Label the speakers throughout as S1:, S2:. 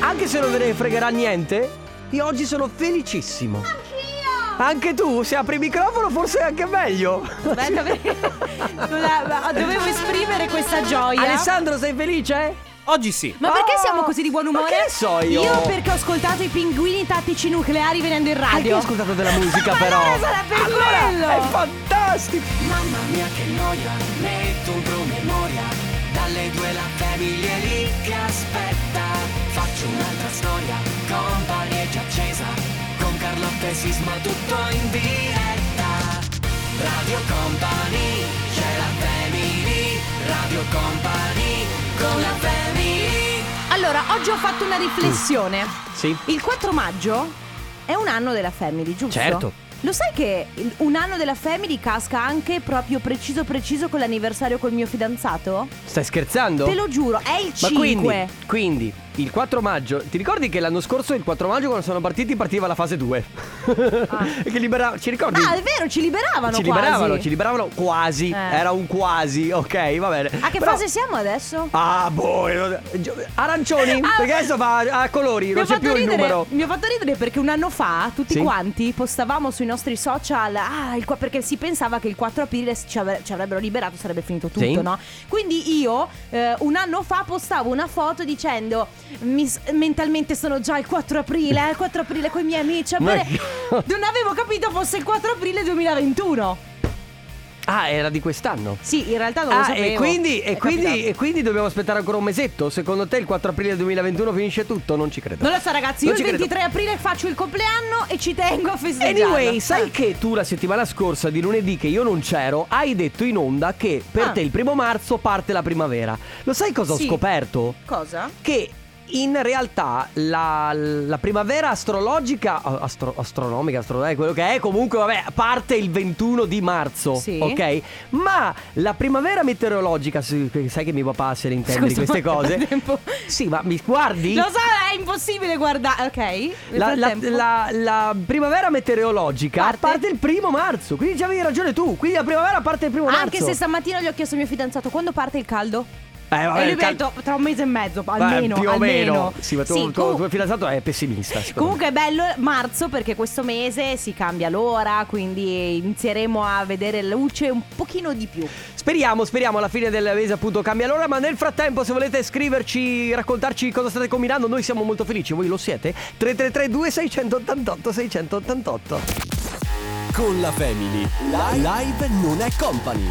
S1: Anche se non ve ne fregherà niente, io oggi sono felicissimo.
S2: Anch'io!
S1: Anche tu, se apri il microfono forse è anche meglio.
S3: Aspetta, perché non la- dovevo esprimere questa gioia.
S1: Alessandro, sei felice?
S4: eh? Oggi sì.
S3: ma perché
S1: Oh,
S3: siamo così di buon umore?
S1: ma che so io?
S3: Io perché ho ascoltato i pinguini tattici nucleari venendo in
S1: Anche io
S3: radio.
S1: ho ascoltato della musica
S3: Ma
S1: però.
S3: allora sarà per
S1: Allora,
S3: quello.
S1: È fantastico.
S5: Mamma mia che noia, metto un promemoria Dalle due la famiglia è lì che aspetta Faccio un'altra storia, company è già accesa Con Carlotta e Sisma tutto in diretta Radio Company, c'è la family Radio Company, con la family
S3: Allora, oggi ho fatto una riflessione.
S1: Sì.
S3: Il 4 maggio è un anno della Family, giusto?
S1: Certo.
S3: Lo sai che il- un anno della Family casca anche proprio preciso preciso con l'anniversario col mio fidanzato?
S1: Stai scherzando?
S3: Te lo giuro, è il
S1: Ma
S3: 5.
S1: quindi, quindi, il 4 maggio, ti ricordi che l'anno scorso il 4 maggio quando sono partiti partiva la fase 2? E che libera- ci ricordi?
S3: Ah, è vero, ci liberavano
S1: ci
S3: Ah. quasi.
S1: liberavano, ci liberavano quasi,
S3: Eh.
S1: era un quasi, ok, va bene.
S3: A che
S1: Però-
S3: fase siamo adesso?
S1: Ah, boh, io- gio- arancioni,
S3: Ah,
S1: perché adesso va a a colori,
S3: Mi ha
S1: non c'è
S3: fatto
S1: più il
S3: ridere-
S1: numero.
S3: Mi ha fatto ridere perché un anno fa tutti
S1: Sì.
S3: quanti postavamo sui nostri social ah, il qua- perché si pensava che il 4 aprile ci, avre- ci avrebbero liberato, sarebbe finito tutto,
S1: Sì.
S3: no? Quindi io eh, un anno fa postavo una foto dicendo "Mi s- mentalmente sono già il 4 aprile, eh, il 4 aprile con i miei amici. a
S1: Ma-
S3: bere". Non avevo capito fosse il 4 aprile 2021.
S1: Ah, era di quest'anno.
S3: Sì, in realtà non lo
S1: Ah,
S3: sapevo.
S1: e quindi, e,
S3: È
S1: quindi, eh,
S3: capitato.
S1: e quindi dobbiamo aspettare ancora un mesetto? Secondo te il 4 aprile 2021 finisce tutto? Non ci credo.
S3: Non lo so ragazzi,
S1: Non
S3: io
S1: ci
S3: il
S1: credo.
S3: 23 aprile faccio il compleanno e ci tengo a festeggiare.
S1: Anyway, sai che tu la settimana scorsa, di lunedì, che io non c'ero, hai detto in onda che per
S3: Ah.
S1: te il primo marzo parte la primavera. Lo sai cosa
S3: Sì.
S1: ho scoperto?
S3: Cosa?
S1: Che in realtà la, la primavera astrologica, astro- astronomica, astro- eh, quello che è, comunque, vabbè, parte il 21 di marzo,
S3: Sì.
S1: ok? Ma la primavera meteorologica, sì, sai che mio papà se ne intende di
S3: Scusa,
S1: queste
S3: ma-
S1: cose.
S3: tempo.
S1: Sì, ma mi guardi?
S3: Lo so, è impossibile guardare. Ok. nel
S1: La, la-
S3: frattempo.
S1: la- la primavera meteorologica
S3: Parte?
S1: parte? il primo marzo, quindi già avevi ragione tu. Quindi la primavera parte il primo
S3: Anche
S1: marzo.
S3: se stamattina gli ho chiesto al mio fidanzato quando parte il caldo.
S1: Eh, vabbè,
S3: e lui mi ha
S1: cal-
S3: detto tra un mese e mezzo,
S1: Beh,
S3: almeno.
S1: più o
S3: almeno.
S1: meno. Sì, ma tu,
S3: Sì,
S1: tuo-
S3: comu-
S1: tuo fidanzato è pessimista. secondo me.
S3: Comunque è bello marzo perché questo mese si cambia l'ora, quindi inizieremo a vedere la luce un pochino di più.
S1: Speriamo, speriamo alla fine del mese appunto cambia l'ora, ma nel frattempo se volete scriverci, raccontarci cosa state combinando, noi siamo molto felici, voi lo siete? 333 2688 688
S6: Con la Family. Live, non è company.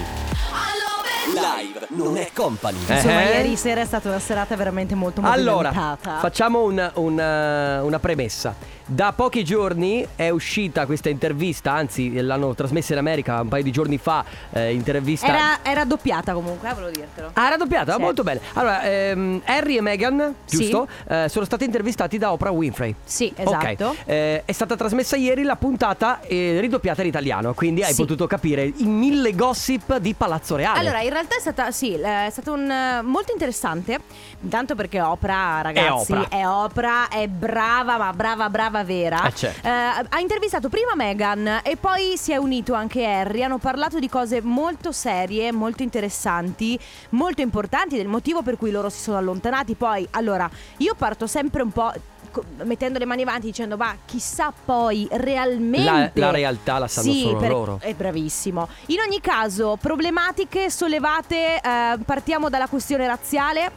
S6: Live non è company.
S3: Insomma,
S1: Eh.
S3: ieri sera è stata una serata veramente molto molto
S1: Allora, facciamo un- un- una premessa. Da pochi giorni è uscita questa intervista, anzi l'hanno trasmessa in America un paio di giorni fa, eh, intervista...
S3: Era, era doppiata comunque, eh, volevo dirtelo.
S1: Ah, raddoppiata,
S3: Sì.
S1: molto bene. Allora, ehm, Harry e Meghan,
S3: Sì.
S1: giusto? Eh, sono stati intervistati da Oprah Winfrey.
S3: Sì,
S1: Ok.
S3: esatto.
S1: Eh, è stata trasmessa ieri la puntata eh, ridoppiata in italiano, quindi hai
S3: Sì.
S1: potuto capire i mille gossip di Palazzo Reale.
S3: Allora, in realtà è stata, sì, eh, è stato un, eh, molto interessante. Intanto perché Oprah, ragazzi,
S1: È Oprah.
S3: è, Oprah, è brava, ma brava, brava vera.
S1: Eh, certo.
S3: Eh, ha intervistato prima Meghan e poi si è unito anche Harry. Hanno parlato di cose molto serie, molto interessanti, molto importanti, del motivo per cui loro si sono allontanati. Poi, allora, io parto sempre un po'. co- Mettendo le mani avanti dicendo, ma chissà poi realmente
S1: La- la realtà la sanno
S3: Sì,
S1: solo
S3: per-
S1: loro.
S3: è bravissimo. In ogni caso, problematiche sollevate, eh, partiamo dalla questione razziale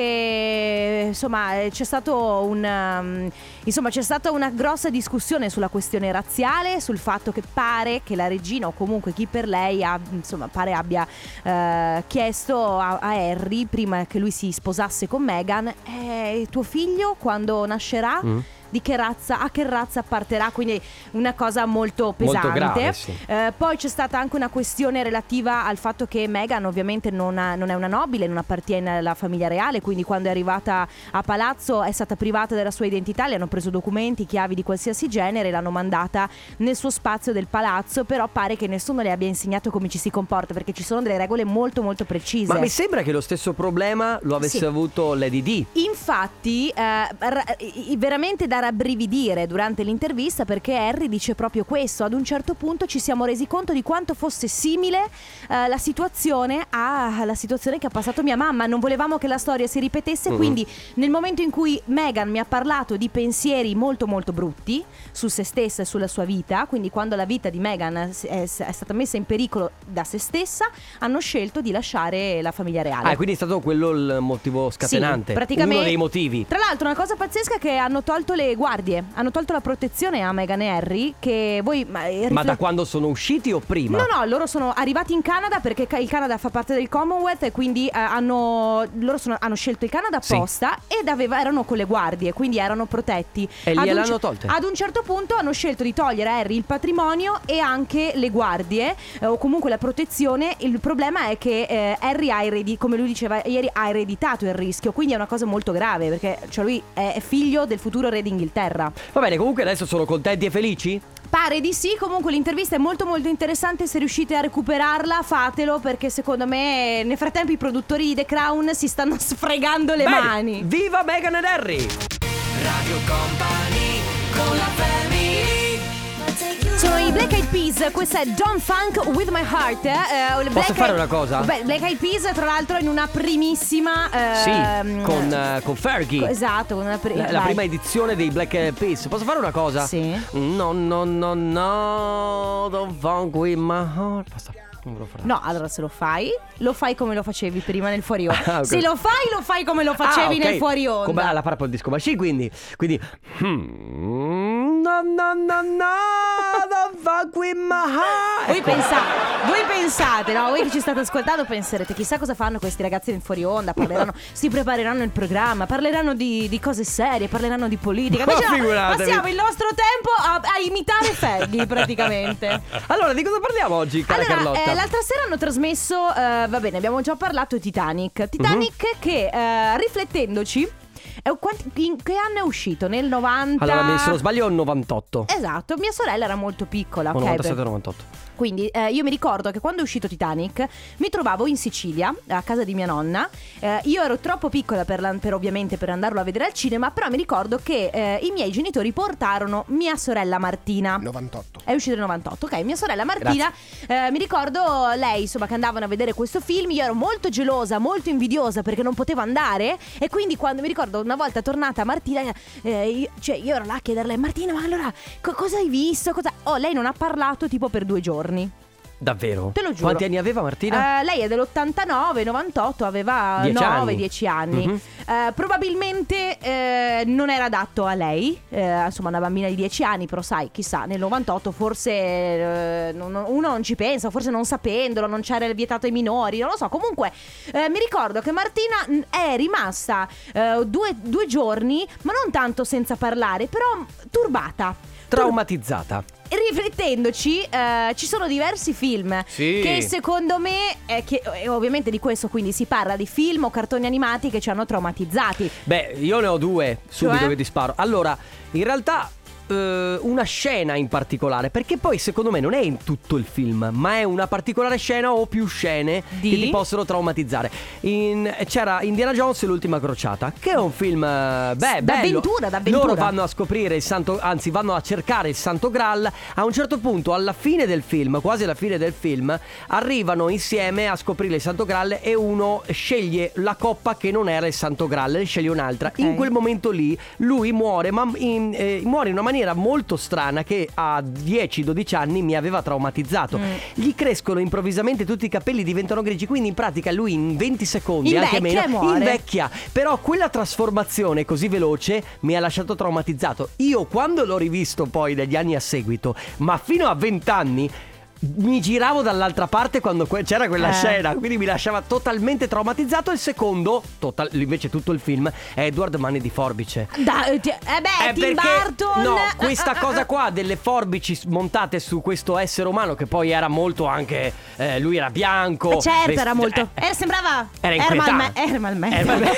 S3: perché insomma eh, c'è stato un um, insomma c'è stata una grossa discussione sulla questione razziale, sul fatto che pare che la regina o comunque chi per lei ha, insomma pare abbia eh, chiesto a, a Harry prima che lui si sposasse con Meghan "Eh, tuo figlio quando nascerà
S1: Mm.
S3: di che razza, a che razza apparterà, quindi una cosa molto pesante.
S1: Molto grave, sì.
S3: Eh, poi c'è stata anche una questione relativa al fatto che Meghan ovviamente non, ha- non è una nobile, non appartiene alla famiglia reale, quindi quando è arrivata a palazzo è stata privata della sua identità, le hanno preso documenti, chiavi di qualsiasi genere, e l'hanno mandata nel suo spazio del palazzo, però pare che nessuno le abbia insegnato come ci si comporta, perché ci sono delle regole molto molto precise.
S1: Ma mi sembra che lo stesso problema lo avesse
S3: esatto. Sì.
S1: avuto Lady D.
S3: Infatti, eh, ra- i- veramente da rabbrividire durante l'intervista perché Harry dice proprio questo. Ad un certo punto ci siamo resi conto di quanto fosse simile eh, la situazione a- alla situazione che ha passato mia mamma. Non volevamo che la storia si ripetesse, quindi nel momento in cui Meghan mi ha parlato di pensieri molto molto brutti su se stessa e sulla sua vita, quindi quando la vita di Meghan è, è stata messa in pericolo da se stessa, hanno scelto di lasciare la famiglia reale.
S1: Ah, quindi è stato quello il motivo scatenante.
S3: Sì, praticamente-
S1: Uno dei motivi.
S3: Tra l'altro, una cosa pazzesca è che hanno tolto le guardie, hanno tolto la protezione a Meghan e Harry. Che voi. Ma, eh,
S1: Ma da
S3: riflet-
S1: quando sono usciti o prima?
S3: No, no, loro sono arrivati in Canada perché ca- il Canada fa parte del Commonwealth e quindi eh, hanno, loro sono- hanno scelto il Canada
S1: Sì.
S3: apposta ed aveva- erano con le guardie, quindi erano protetti.
S1: E
S3: Ad un
S1: gliel'hanno
S3: cer-
S1: tolte.
S3: Ad un certo punto hanno scelto di togliere a Harry il patrimonio e anche le guardie eh, o comunque la protezione. Il problema è che eh, Harry ha eredi- come lui diceva ieri, ha ereditato il rischio, quindi è una cosa molto grave perché cioè, lui è figlio del futuro re d'Inghilterra.
S1: Va bene, comunque adesso sono contenti e felici?
S3: Pare di sì, comunque l'intervista è molto molto interessante, se riuscite a recuperarla fatelo perché secondo me nel frattempo i produttori di The Crown si stanno sfregando le
S1: Bene,
S3: mani.
S1: Viva Meghan ed Harry!
S5: Radio Company con la family
S3: Sono i Black Eyed Peas, questa è John Funk With My Heart. eh, eh, Black
S1: Posso fare
S3: Eyed-
S1: una cosa?
S3: Beh, Black Eyed Peas tra l'altro in una primissima...
S1: Sì,
S3: ehm,
S1: con, eh, con Fergie.
S3: co- Esatto, con una pri-
S1: La, la
S3: vai.
S1: prima edizione dei Black Eyed Peas. Posso fare una cosa?
S3: Sì.
S1: No, no, no, no. Don't funk with my heart. Basta, non ve lo farò.
S3: No, allora se lo fai, lo fai come lo facevi prima nel fuori onda.
S1: Ah, ok.
S3: Se lo fai, lo fai come lo facevi
S1: Ah, ok.
S3: nel fuori onda.
S1: Come alla Purple Disco Machine, quindi. Quindi. Hmm, no, no, no, no. Don't funk with my heart.
S3: Voi, pensa- voi pensate, no? Voi che ci state ascoltando penserete chissà cosa fanno questi ragazzi in fuori onda, parleranno, si prepareranno il programma, parleranno di, di cose serie, parleranno di politica.
S1: Ma
S3: Invece no,
S1: figuratevi.
S3: passiamo il nostro tempo a, a imitare Fergie praticamente.
S1: Ecco. Allora, di cosa parliamo oggi, cara
S3: Allora,
S1: Carlotta?
S3: eh, l'altra sera hanno trasmesso, eh, va bene, abbiamo già parlato di
S1: Mhm.
S3: Titanic. Titanic che eh, riflettendoci, eh, quanti- in che anno è uscito? Nel 90?
S1: Allora, se non sbaglio, è un 98.
S3: Esatto, mia sorella era molto piccola,
S1: O
S3: ok?
S1: 97-98.
S3: Quindi eh, io mi ricordo che quando è uscito Titanic mi trovavo in Sicilia, a casa di mia nonna. Eh, io ero troppo piccola per, la- per ovviamente per andarlo a vedere al cinema, però mi ricordo che eh, i miei genitori portarono mia sorella Martina.
S2: 98.
S3: È uscito nel 98, ok. Mia sorella Martina, eh, mi ricordo lei, insomma, che andavano a vedere questo film. Io ero molto gelosa, molto invidiosa perché non potevo andare. E quindi, quando mi ricordo una volta tornata Martina, eh, io, cioè, io ero là a chiederle, Martina, ma allora co- cosa hai visto? Cosa-" Oh, lei non ha parlato tipo per due giorni.
S1: Davvero?
S3: Te lo giuro.
S1: Quanti anni aveva Martina?
S3: Eh, lei è dell'89, 98, aveva
S1: Dieci
S3: 9,
S1: anni.
S3: 10 anni.
S1: Mhm.
S3: Eh, probabilmente eh, non era adatto a lei, eh, insomma una bambina di 10 anni, però sai, chissà, nel 98 forse eh, non- non- uno non ci pensa, forse non sapendolo, non c'era il vietato ai minori, non lo so. Comunque eh, mi ricordo che Martina mh, è rimasta eh, due, due giorni, ma non tanto senza parlare, però mh, turbata. Tur-
S1: Traumatizzata.
S3: Riflettendoci, eh, ci sono diversi film
S1: Sì.
S3: che secondo me, eh, che- e ovviamente di questo quindi si parla di film o cartoni animati che ci hanno traumatizzati.
S1: Beh, io ne ho due subito
S3: Cioè?
S1: che ti sparo. Allora, in realtà eh, una scena in particolare, perché poi secondo me non è in tutto il film, ma è una particolare scena o più scene
S3: Di?
S1: che ti possono traumatizzare. In- c'era Indiana Jones e l'ultima crociata, che è un film eh, beh, bello.
S3: D'avventura, d'avventura.
S1: Loro vanno a scoprire il santo, anzi vanno a cercare il santo Graal. A un certo punto, alla fine del film, quasi alla fine del film, arrivano insieme a scoprire il santo Graal e uno sceglie la coppa che non era il santo Graal, ne sceglie un'altra.
S3: Ok.
S1: In quel momento lì lui muore, ma in, eh, muore in una maniera molto strana che a 10-12 anni mi aveva traumatizzato.
S3: Mm.
S1: Gli crescono improvvisamente tutti i capelli, diventano grigi, quindi in pratica lui in 20 secondi, anche
S3: Invecchia
S1: meno,
S3: e muore.
S1: invecchia. Però quella trasformazione così veloce mi ha lasciato traumatizzato. Io quando l'ho rivisto poi negli anni a seguito, ma fino a 20 anni... Mi giravo dall'altra parte quando que- c'era quella
S3: Eh.
S1: scena, quindi mi lasciava totalmente traumatizzato. Il secondo, total- invece tutto il film, è Edward Mani di Forbice.
S3: Da- eh, ti- eh beh,
S1: Eh,
S3: Tim Burton.
S1: No,
S3: Ah,
S1: questa
S3: ah, ah,
S1: cosa
S3: ah.
S1: qua delle forbici s- montate su questo essere umano che poi era molto anche... eh, lui era bianco.
S3: Eh, certo,
S1: vest-
S3: era molto.
S1: eh,
S3: eh, sembrava.
S1: Era
S3: Herman
S1: inquietante. Eh,
S3: Mann.
S1: Era-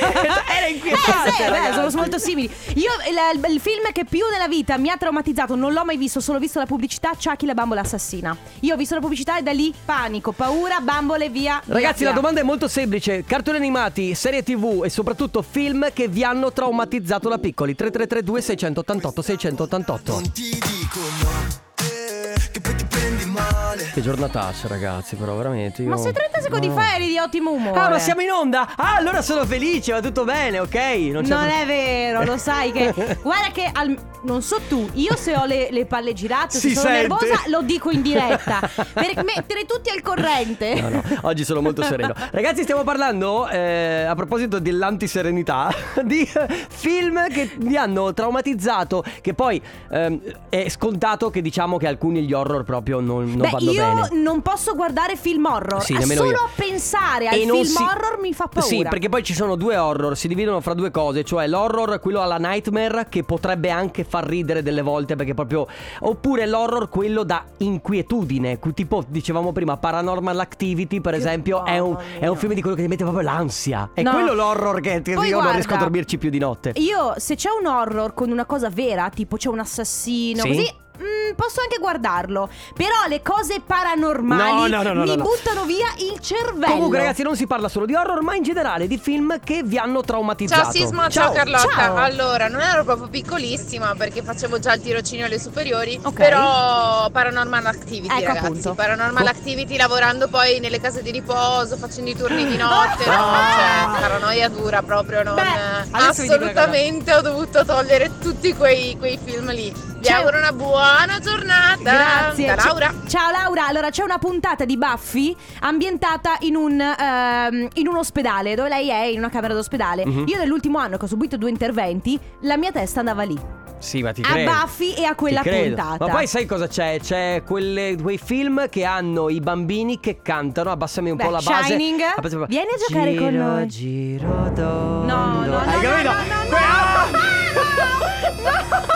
S1: era inquietante,
S3: Eh, sì, Eh, beh,
S1: ragazzi.
S3: sono molto simili. Io, il, il- il film che più nella vita mi ha traumatizzato, non l'ho mai visto, solo visto la pubblicità: Chucky la bambola assassina. Io Io ho visto la pubblicità e da lì panico, paura, bambole, via. via,
S1: Ragazzi, la
S3: via.
S1: domanda è molto semplice: cartoni animati, serie TV e soprattutto film che vi hanno traumatizzato da piccoli. 3332 688 688.
S2: Non ti dico no, eh, che poi ti prendi male.
S1: Che giornataccia, ragazzi, però veramente. Io...
S3: Ma se 30 secondi
S1: No.
S3: fa eri di ottimo umore.
S1: Ah, ma siamo in onda! Ah, allora sono felice, va tutto bene, ok? Non, c'è
S3: Non
S1: pro-
S3: è vero, lo sai che. Guarda che al- non so tu, io se ho le, le palle girate,
S1: Si
S3: se sono
S1: sente.
S3: nervosa, lo dico in diretta. per mettere tutti al corrente.
S1: No, no, oggi sono molto sereno. Ragazzi, stiamo parlando, eh, a proposito dell'antiserenità, di eh, film che vi hanno traumatizzato, che poi ehm, è scontato che diciamo che alcuni gli horror proprio non, non
S3: Beh,
S1: vanno
S3: io
S1: bene.
S3: non posso guardare film horror.
S1: Sì,
S3: Eh,
S1: nemmeno
S3: Solo
S1: io.
S3: a pensare al
S1: E non
S3: film
S1: si-
S3: horror mi fa paura.
S1: Sì, perché poi ci sono due horror, si dividono fra due cose, cioè l'horror, quello alla nightmare, che potrebbe anche far ridere delle volte, perché proprio. Oppure l'horror, quello da inquietudine, cu- tipo dicevamo prima, Paranormal Activity, per esempio, è un,
S3: mamma
S1: è un
S3: mia.
S1: film di quello che ti mette proprio l'ansia. È
S3: No.
S1: quello l'horror che ti-
S3: Poi
S1: io non
S3: guarda,
S1: riesco a dormirci più di notte.
S3: Io, se c'è un horror con una cosa vera, tipo c'è un assassino,
S1: Sì.
S3: così. mm, posso anche guardarlo. Però le cose paranormali
S1: No, no, no, no,
S3: mi
S1: no, no.
S3: buttano via il cervello.
S1: Comunque, ragazzi, non si parla solo di horror, ma in generale di film che vi hanno traumatizzato.
S4: Ciao Sisma, ciao, Carlotta.
S3: ciao.
S4: Allora, non ero proprio piccolissima perché facevo già il tirocinio alle superiori,
S3: Ok.
S4: però Paranormal Activity,
S3: Ecco,
S4: ragazzi.
S3: appunto.
S4: Paranormal
S1: Co-
S4: Activity lavorando poi nelle case di riposo, facendo i turni di notte,
S1: Ah.
S4: no, cioè, paranoia dura proprio, non
S3: Beh,
S1: adesso vi dico una cosa.
S4: assolutamente ho dovuto togliere tutti quei, quei film lì. Vi
S3: Ciao.
S4: auguro una buona giornata.
S3: Grazie.
S4: Da
S3: Ci-
S4: Laura.
S3: Ciao Laura. Allora c'è una puntata di Buffy ambientata in un, ehm, in un ospedale dove lei è in una camera d'ospedale.
S1: Mhm.
S3: Io nell'ultimo anno che ho subito due interventi, la mia testa andava lì.
S1: Sì, ma ti
S3: a
S1: credo.
S3: Buffy e a quella
S1: Ti credo.
S3: puntata.
S1: Ma poi sai cosa c'è? C'è quelle- quei film che hanno i bambini che cantano. Abbassami un
S3: Beh,
S1: po' la base.
S3: Shining.
S1: Abbassa-
S3: Vieni a giocare
S1: Giro,
S3: con noi.
S1: Giro tondo.
S3: No, no, no,
S1: Hai
S3: no,
S1: capito?
S3: no, no, no.
S1: Ah!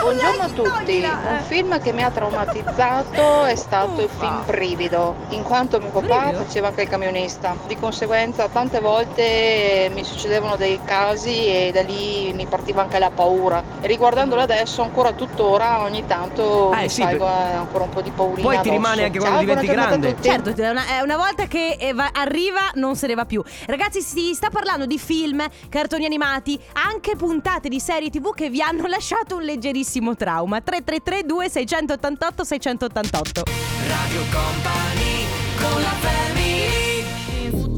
S7: Buongiorno a tutti,
S3: toglila, eh.
S7: un film che mi ha traumatizzato è stato il film Brivido, in quanto mio papà
S3: Brivido?
S7: faceva anche il camionista, di conseguenza tante volte eh, mi succedevano dei casi e da lì mi partiva anche la paura. E riguardandolo adesso ancora tuttora ogni tanto
S1: Eh,
S7: mi
S1: sì,
S7: salgo
S1: per-
S7: eh, ancora un po' di paura.
S1: Poi ti rimane anche quando diventi grande.
S3: Certo, è una, è una volta che eh, va- arriva non se ne va più. Ragazzi, si sta parlando di film, cartoni animati, anche puntate di serie TV che vi hanno lasciato un leggerissimo trauma. 333 2688 688.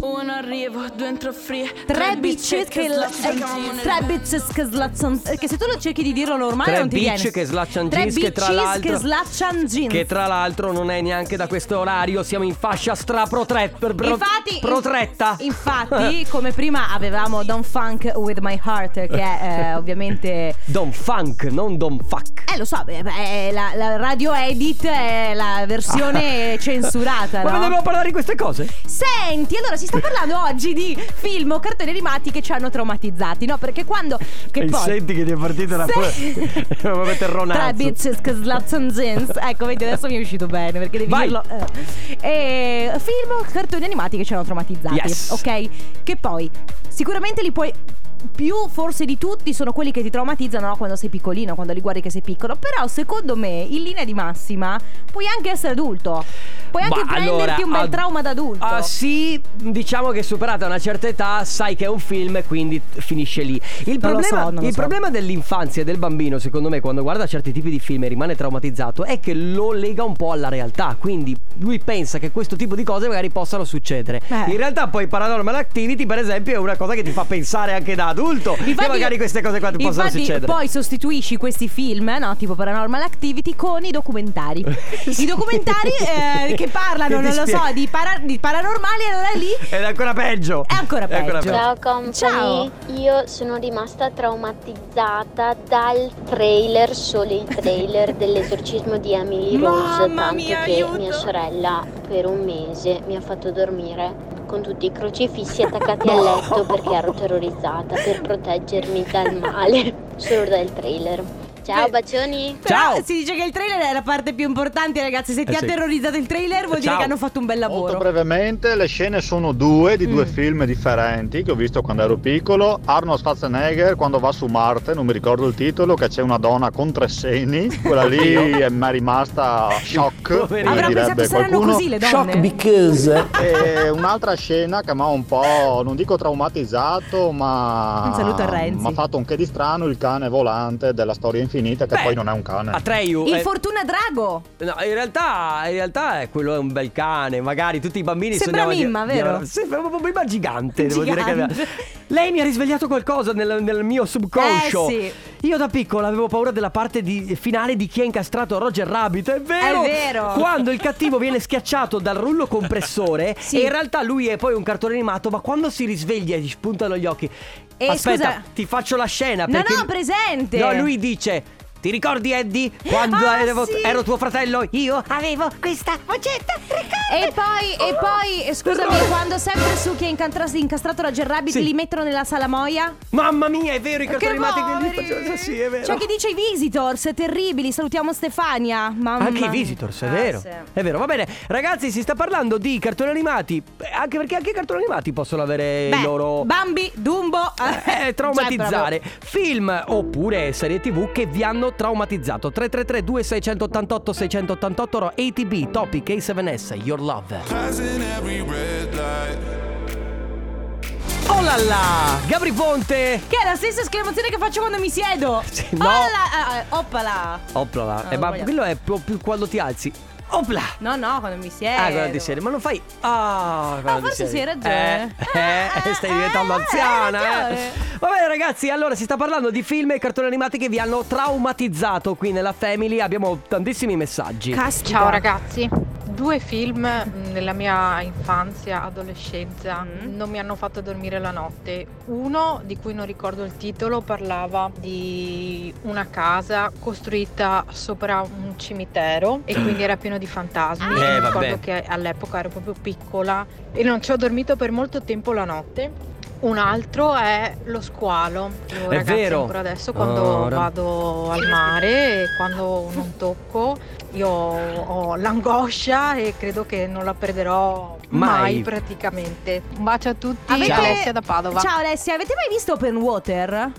S8: Un arrivo, due entro free.
S3: Tre bitch che eh, tre bitches che slazzano perché se tu lo cerchi di dirlo normale
S1: Tre
S3: non ti viene.
S1: bitch che slaccian
S3: Tre
S1: jeans, che tra
S3: bitches
S1: l'altro-
S3: che slaccian jeans.
S1: Che tra l'altro non è neanche da questo orario, siamo in fascia stra protretta.
S3: Infatti, in-
S1: protretta.
S3: infatti, come prima avevamo Don't Funk with My Heart, che è eh, ovviamente.
S1: Don Funk, non Don Fuck.
S3: Eh, lo so, beh, beh, è la, la radio edit è la versione censurata.
S1: Ma
S3: no?
S1: dobbiamo parlare di queste cose?
S3: Senti, allora si sta parlando oggi di film o cartoni animati che ci hanno traumatizzati, no? Perché quando. Che
S1: E
S3: poi.
S1: senti che ti è partita una
S3: Sì.
S1: po- proprio terronazzo.
S3: Tra bitches che slazzano jeans. Ecco, vedi, adesso mi è uscito bene perché devi
S1: Vai.
S3: dirlo. eh. E film o cartoni animati che ci hanno traumatizzati.
S1: Yes.
S3: Ok? Che poi, sicuramente li puoi. Più forse di tutti sono quelli che ti traumatizzano no? quando sei piccolino, quando li guardi che sei piccolo. Però secondo me, in linea di massima, puoi anche essere adulto. Puoi anche
S1: Ma
S3: prenderti
S1: allora,
S3: un bel
S1: ad-
S3: trauma da adulto.
S1: Ah, sì, diciamo che superata una certa età sai che è un film e quindi t- finisce lì. Il,
S3: Non lo
S1: problema,
S3: so, non lo
S1: il
S3: so.
S1: problema dell'infanzia e del bambino, secondo me, quando guarda certi tipi di film e rimane traumatizzato, è che lo lega un po' alla realtà. Quindi lui pensa che questo tipo di cose magari possano succedere.
S3: Eh.
S1: In realtà, poi Paranormal Activity, per esempio, è una cosa che ti fa pensare anche da adulto. che
S3: Infatti-
S1: magari queste cose qua ti possono
S3: infatti
S1: succedere.
S3: Poi sostituisci questi film, no? Tipo Paranormal Activity, con i documentari.
S1: Sì.
S3: I documentari eh, che parlano,
S1: Che ti
S3: non lo so,
S1: spiega-
S3: di, para- di paranormali, allora lì
S1: Ed è ancora peggio.
S3: è ancora
S1: È ancora
S3: peggio.
S1: peggio.
S9: Ciao company,
S3: Ciao.
S9: io sono rimasta traumatizzata dal trailer, solo il trailer dell'esorcismo di Emily Rose,
S3: Mamma
S9: tanto
S3: mia,
S9: che
S3: aiuto.
S9: mia sorella per un mese mi ha fatto dormire con tutti i crocifissi attaccati al letto perché ero terrorizzata per proteggermi dal male, solo dal trailer. Ciao, bacioni.
S3: Però
S1: Ciao.
S3: si dice che il trailer è la parte più importante, ragazzi. Se ti
S1: Eh
S3: ha
S1: sì.
S3: terrorizzato il trailer, vuol dire
S1: Ciao.
S3: che hanno fatto un bel
S10: Molto
S3: lavoro.
S10: brevemente, le scene sono due di due
S3: Mm.
S10: film differenti che ho visto quando ero piccolo. Arnold Schwarzenegger quando va su Marte, non mi ricordo il titolo, che c'è una donna con tre seni. Quella lì è mi è rimasta shock, come
S1: Poverina.
S3: Avrà pensato
S10: direbbe
S3: saranno
S10: qualcuno.
S3: così le donne.
S6: because
S10: E un'altra scena che mi ha un po', non dico traumatizzato, ma
S3: Un saluto a Renzi.
S10: mi ha fatto un che di strano il cane volante della storia infinita, che
S1: Beh,
S10: poi non è un cane.
S1: Atreyu
S3: Il
S1: eh,
S3: Fortuna Drago.
S1: No, in realtà, in realtà eh, quello è un bel cane, magari tutti i bambini
S3: Sembra
S1: sognavano di-
S3: Mimma,
S1: di-
S3: vero?
S1: Sembra proprio Mimma gigante, devo dire che
S3: Gigante.
S1: Lei mi ha risvegliato qualcosa nel, nel mio subconscio.
S3: Eh,
S1: Io da piccola avevo paura della parte di- finale di chi ha incastrato Roger Rabbit, è vero?
S3: È vero.
S1: Quando il cattivo viene schiacciato dal rullo compressore
S3: Sì.
S1: e in realtà lui è poi un cartone animato, ma quando si risveglia e gli spuntano gli occhi.
S3: Eh,
S1: Aspetta,
S3: scusa.
S1: ti faccio la scena
S3: No,
S1: perché-
S3: no, presente.
S1: No, lui dice Ti ricordi Eddie? Quando
S3: Ah,
S1: ero-
S3: sì.
S1: ero tuo fratello, io avevo questa vocetta.
S3: E poi, e poi, eh, scusami, quando sempre su chi ha incantra- incastrato Roger Rabbit
S1: Sì.
S3: li mettono nella sala moia?
S1: Mamma mia, è vero, i cartoni animati che lì
S3: poveri!
S1: facevano. Sì, è vero.
S3: C'è chi dice i visitors, terribili, salutiamo Stefania. Mamma
S1: Anche i Visitors, è
S3: Ah,
S1: vero.
S3: sì.
S1: È vero, va bene. Ragazzi, si sta parlando di cartoni animati. eh, Anche perché anche i cartoni animati possono avere
S3: Beh,
S1: il loro.
S3: Bambi, Dumbo.
S1: Eh, traumatizzare
S3: Cioè,
S1: film oppure serie tv che vi hanno traumatizzato 333 2688 688 ro- ATB Topic A7S Your Love
S2: Passing every red light.
S1: Oh là là Gabri Ponte
S3: Che è la stessa esclamazione che faccio quando mi siedo.
S1: Sì, no.
S3: Ola- eh, oppala.
S1: Opla
S3: No,
S1: eh, ma
S3: sbagliato.
S1: quello è più, più quando ti alzi Opla
S3: No, no, quando mi siedo.
S1: Ah, quando ti siedi, ma non fai. Ah, quando ti
S3: Eh. forse
S1: siedi.
S3: sì, hai ragione.
S1: Eh, eh,
S3: Eh,
S1: stai
S3: eh,
S1: diventando
S3: eh,
S1: anziana.
S3: hai
S1: Eh.
S3: ragione.
S1: Va bene, ragazzi. Allora, si sta parlando di film e cartoni animati che vi hanno traumatizzato qui nella Family. Abbiamo tantissimi messaggi.
S3: Caspita.
S4: Ciao ragazzi, due film mh, nella mia infanzia, adolescenza,
S3: Mm.
S4: non mi hanno fatto dormire la notte. Uno, di cui non ricordo il titolo, parlava di una casa costruita sopra un cimitero e quindi era pieno di fantasmi.
S1: Eh,
S4: Mi
S1: vabbè.
S4: ricordo che all'epoca ero proprio piccola e non ci ho dormito per molto tempo la notte. Un altro è lo squalo. Io,
S1: È
S4: ragazzi,
S1: vero.
S4: ancora adesso quando
S1: Ora.
S4: vado al mare e quando non tocco io ho l'angoscia e credo che non la perderò mai,
S1: Mai.
S4: praticamente. Un bacio a tutti,
S3: Avete-
S4: Alessia da Padova.
S3: Ciao Alessia, avete mai visto Open Water?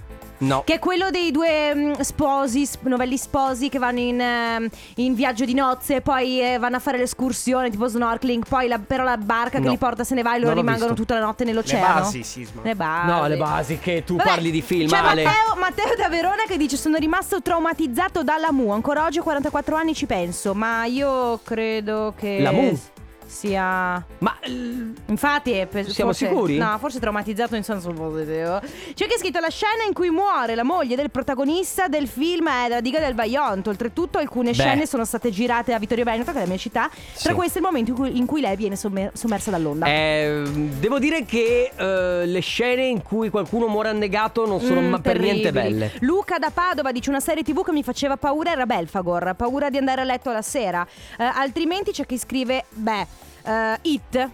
S1: No.
S3: Che è quello dei due mm, sposi, sp- novelli sposi che vanno in, ehm, in viaggio di nozze, poi eh, vanno a fare l'escursione tipo snorkeling, poi la- però la barca che
S1: No.
S3: li porta se ne va e
S1: Non
S3: loro
S1: l'ho
S3: rimangono
S1: visto.
S3: tutta la notte nell'oceano.
S6: sisma.
S3: Le basi.
S1: No, le basi che tu
S3: Vabbè,
S1: parli di film,
S3: C'è
S1: Ale.
S3: Matteo, Matteo da Verona che dice sono rimasto traumatizzato dalla Mu, ancora oggi a 44 anni ci penso, ma io credo che...
S1: La Mu?
S3: Sia...
S1: Ma eh,
S3: Infatti è pe-
S1: Siamo
S3: forse-
S1: sicuri?
S3: No, forse traumatizzato in senso positivo C'è che è scritto la scena in cui muore la moglie del protagonista del film è La diga del Vaionto Oltretutto alcune
S1: Beh.
S3: scene sono state girate a Vittorio Veneto, che è la mia città
S1: Sì.
S3: Tra queste il momento in cui, in cui lei viene sommer- sommersa dall'onda
S1: eh, devo dire che eh, le scene in cui qualcuno muore annegato non sono
S3: Mm,
S1: ma per niente
S3: terribili.
S1: belle.
S3: Luca da Padova dice una serie tv che mi faceva paura era Belfagor, paura di andare a letto la sera. Eh, altrimenti c'è chi scrive, beh, eh, It.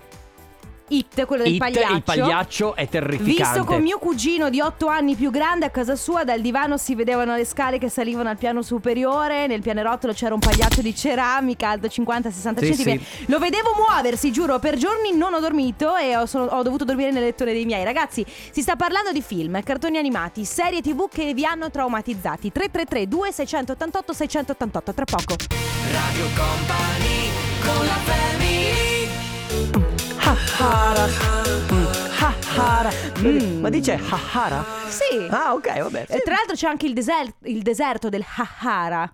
S3: It, quello del
S1: It,
S3: pagliaccio.
S1: il pagliaccio è terrificante.
S3: Visto con mio cugino di 8 anni più grande a casa sua, dal divano si vedevano le scale che salivano al piano superiore, nel pianerottolo c'era un pagliaccio di ceramica alto 50-60
S1: Sì,
S3: cm. Lo vedevo muoversi, giuro, per giorni non ho dormito e ho, solo- ho dovuto dormire nel lettore dei miei. Ragazzi, si sta parlando di film, cartoni animati, serie tv che vi hanno traumatizzati. 333 2688 688 tra poco.
S1: Hahara. Mm, Hahara.
S3: Mm.
S1: Ma dice Hahara?
S3: Sì.
S1: Ah, ok, vabbè.
S3: E tra l'altro c'è anche il, deser- il deserto del Sahara.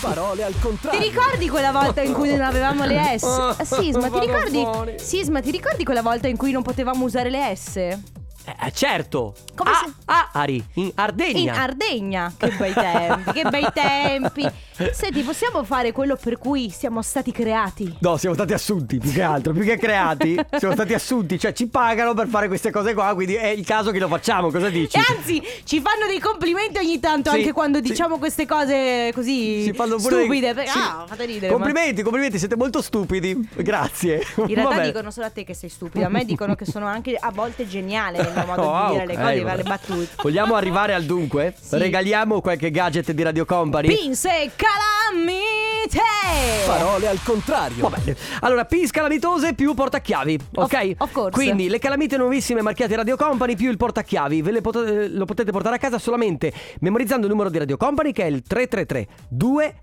S6: Parole al
S3: Ti
S6: contrario.
S3: ricordi quella volta in cui non avevamo le S? Eh,
S1: Oh,
S3: Sisma, ti
S1: vado fuori.
S3: ricordi? Sisma, ti ricordi quella volta in cui non potevamo usare le S?
S1: Eh, certo.
S3: Come
S1: a-
S3: se-
S1: Ari, in Ardegna.
S3: In Ardegna. Che bei tempi, che bei tempi. Senti, possiamo fare quello per cui siamo stati creati?
S1: No, siamo stati assunti più che altro, più che creati. Siamo stati assunti, cioè ci pagano per fare queste cose qua, quindi è il caso che lo facciamo, cosa dici?
S3: E anzi, ci fanno dei complimenti ogni tanto
S1: Sì,
S3: anche quando
S1: sì.
S3: diciamo queste cose così
S1: Si fanno pure dei-
S3: stupide. perché-
S1: sì.
S3: Ah, fate ridere. ma-
S1: Complimenti, complimenti, siete molto stupidi. Grazie.
S3: In realtà
S1: Vabbè.
S3: dicono solo a te che sei stupida, a me dicono che sono anche a volte geniale nel nostro modo
S1: Wow,
S3: di dire le
S1: ok,
S3: cose, di
S1: vabbè.
S3: fare le battute.
S1: Vogliamo arrivare al dunque? Regaliamo qualche gadget di Radio Company?
S3: Pinse e calamite!
S6: Parole al contrario.
S1: Vabbè. Allora, P scalamitose più portachiavi, ok?
S3: of course.
S1: Quindi le calamite nuovissime marchiate Radio Company più il portachiavi, ve le pot- lo potete portare a casa solamente memorizzando il numero di Radio Company che è il 333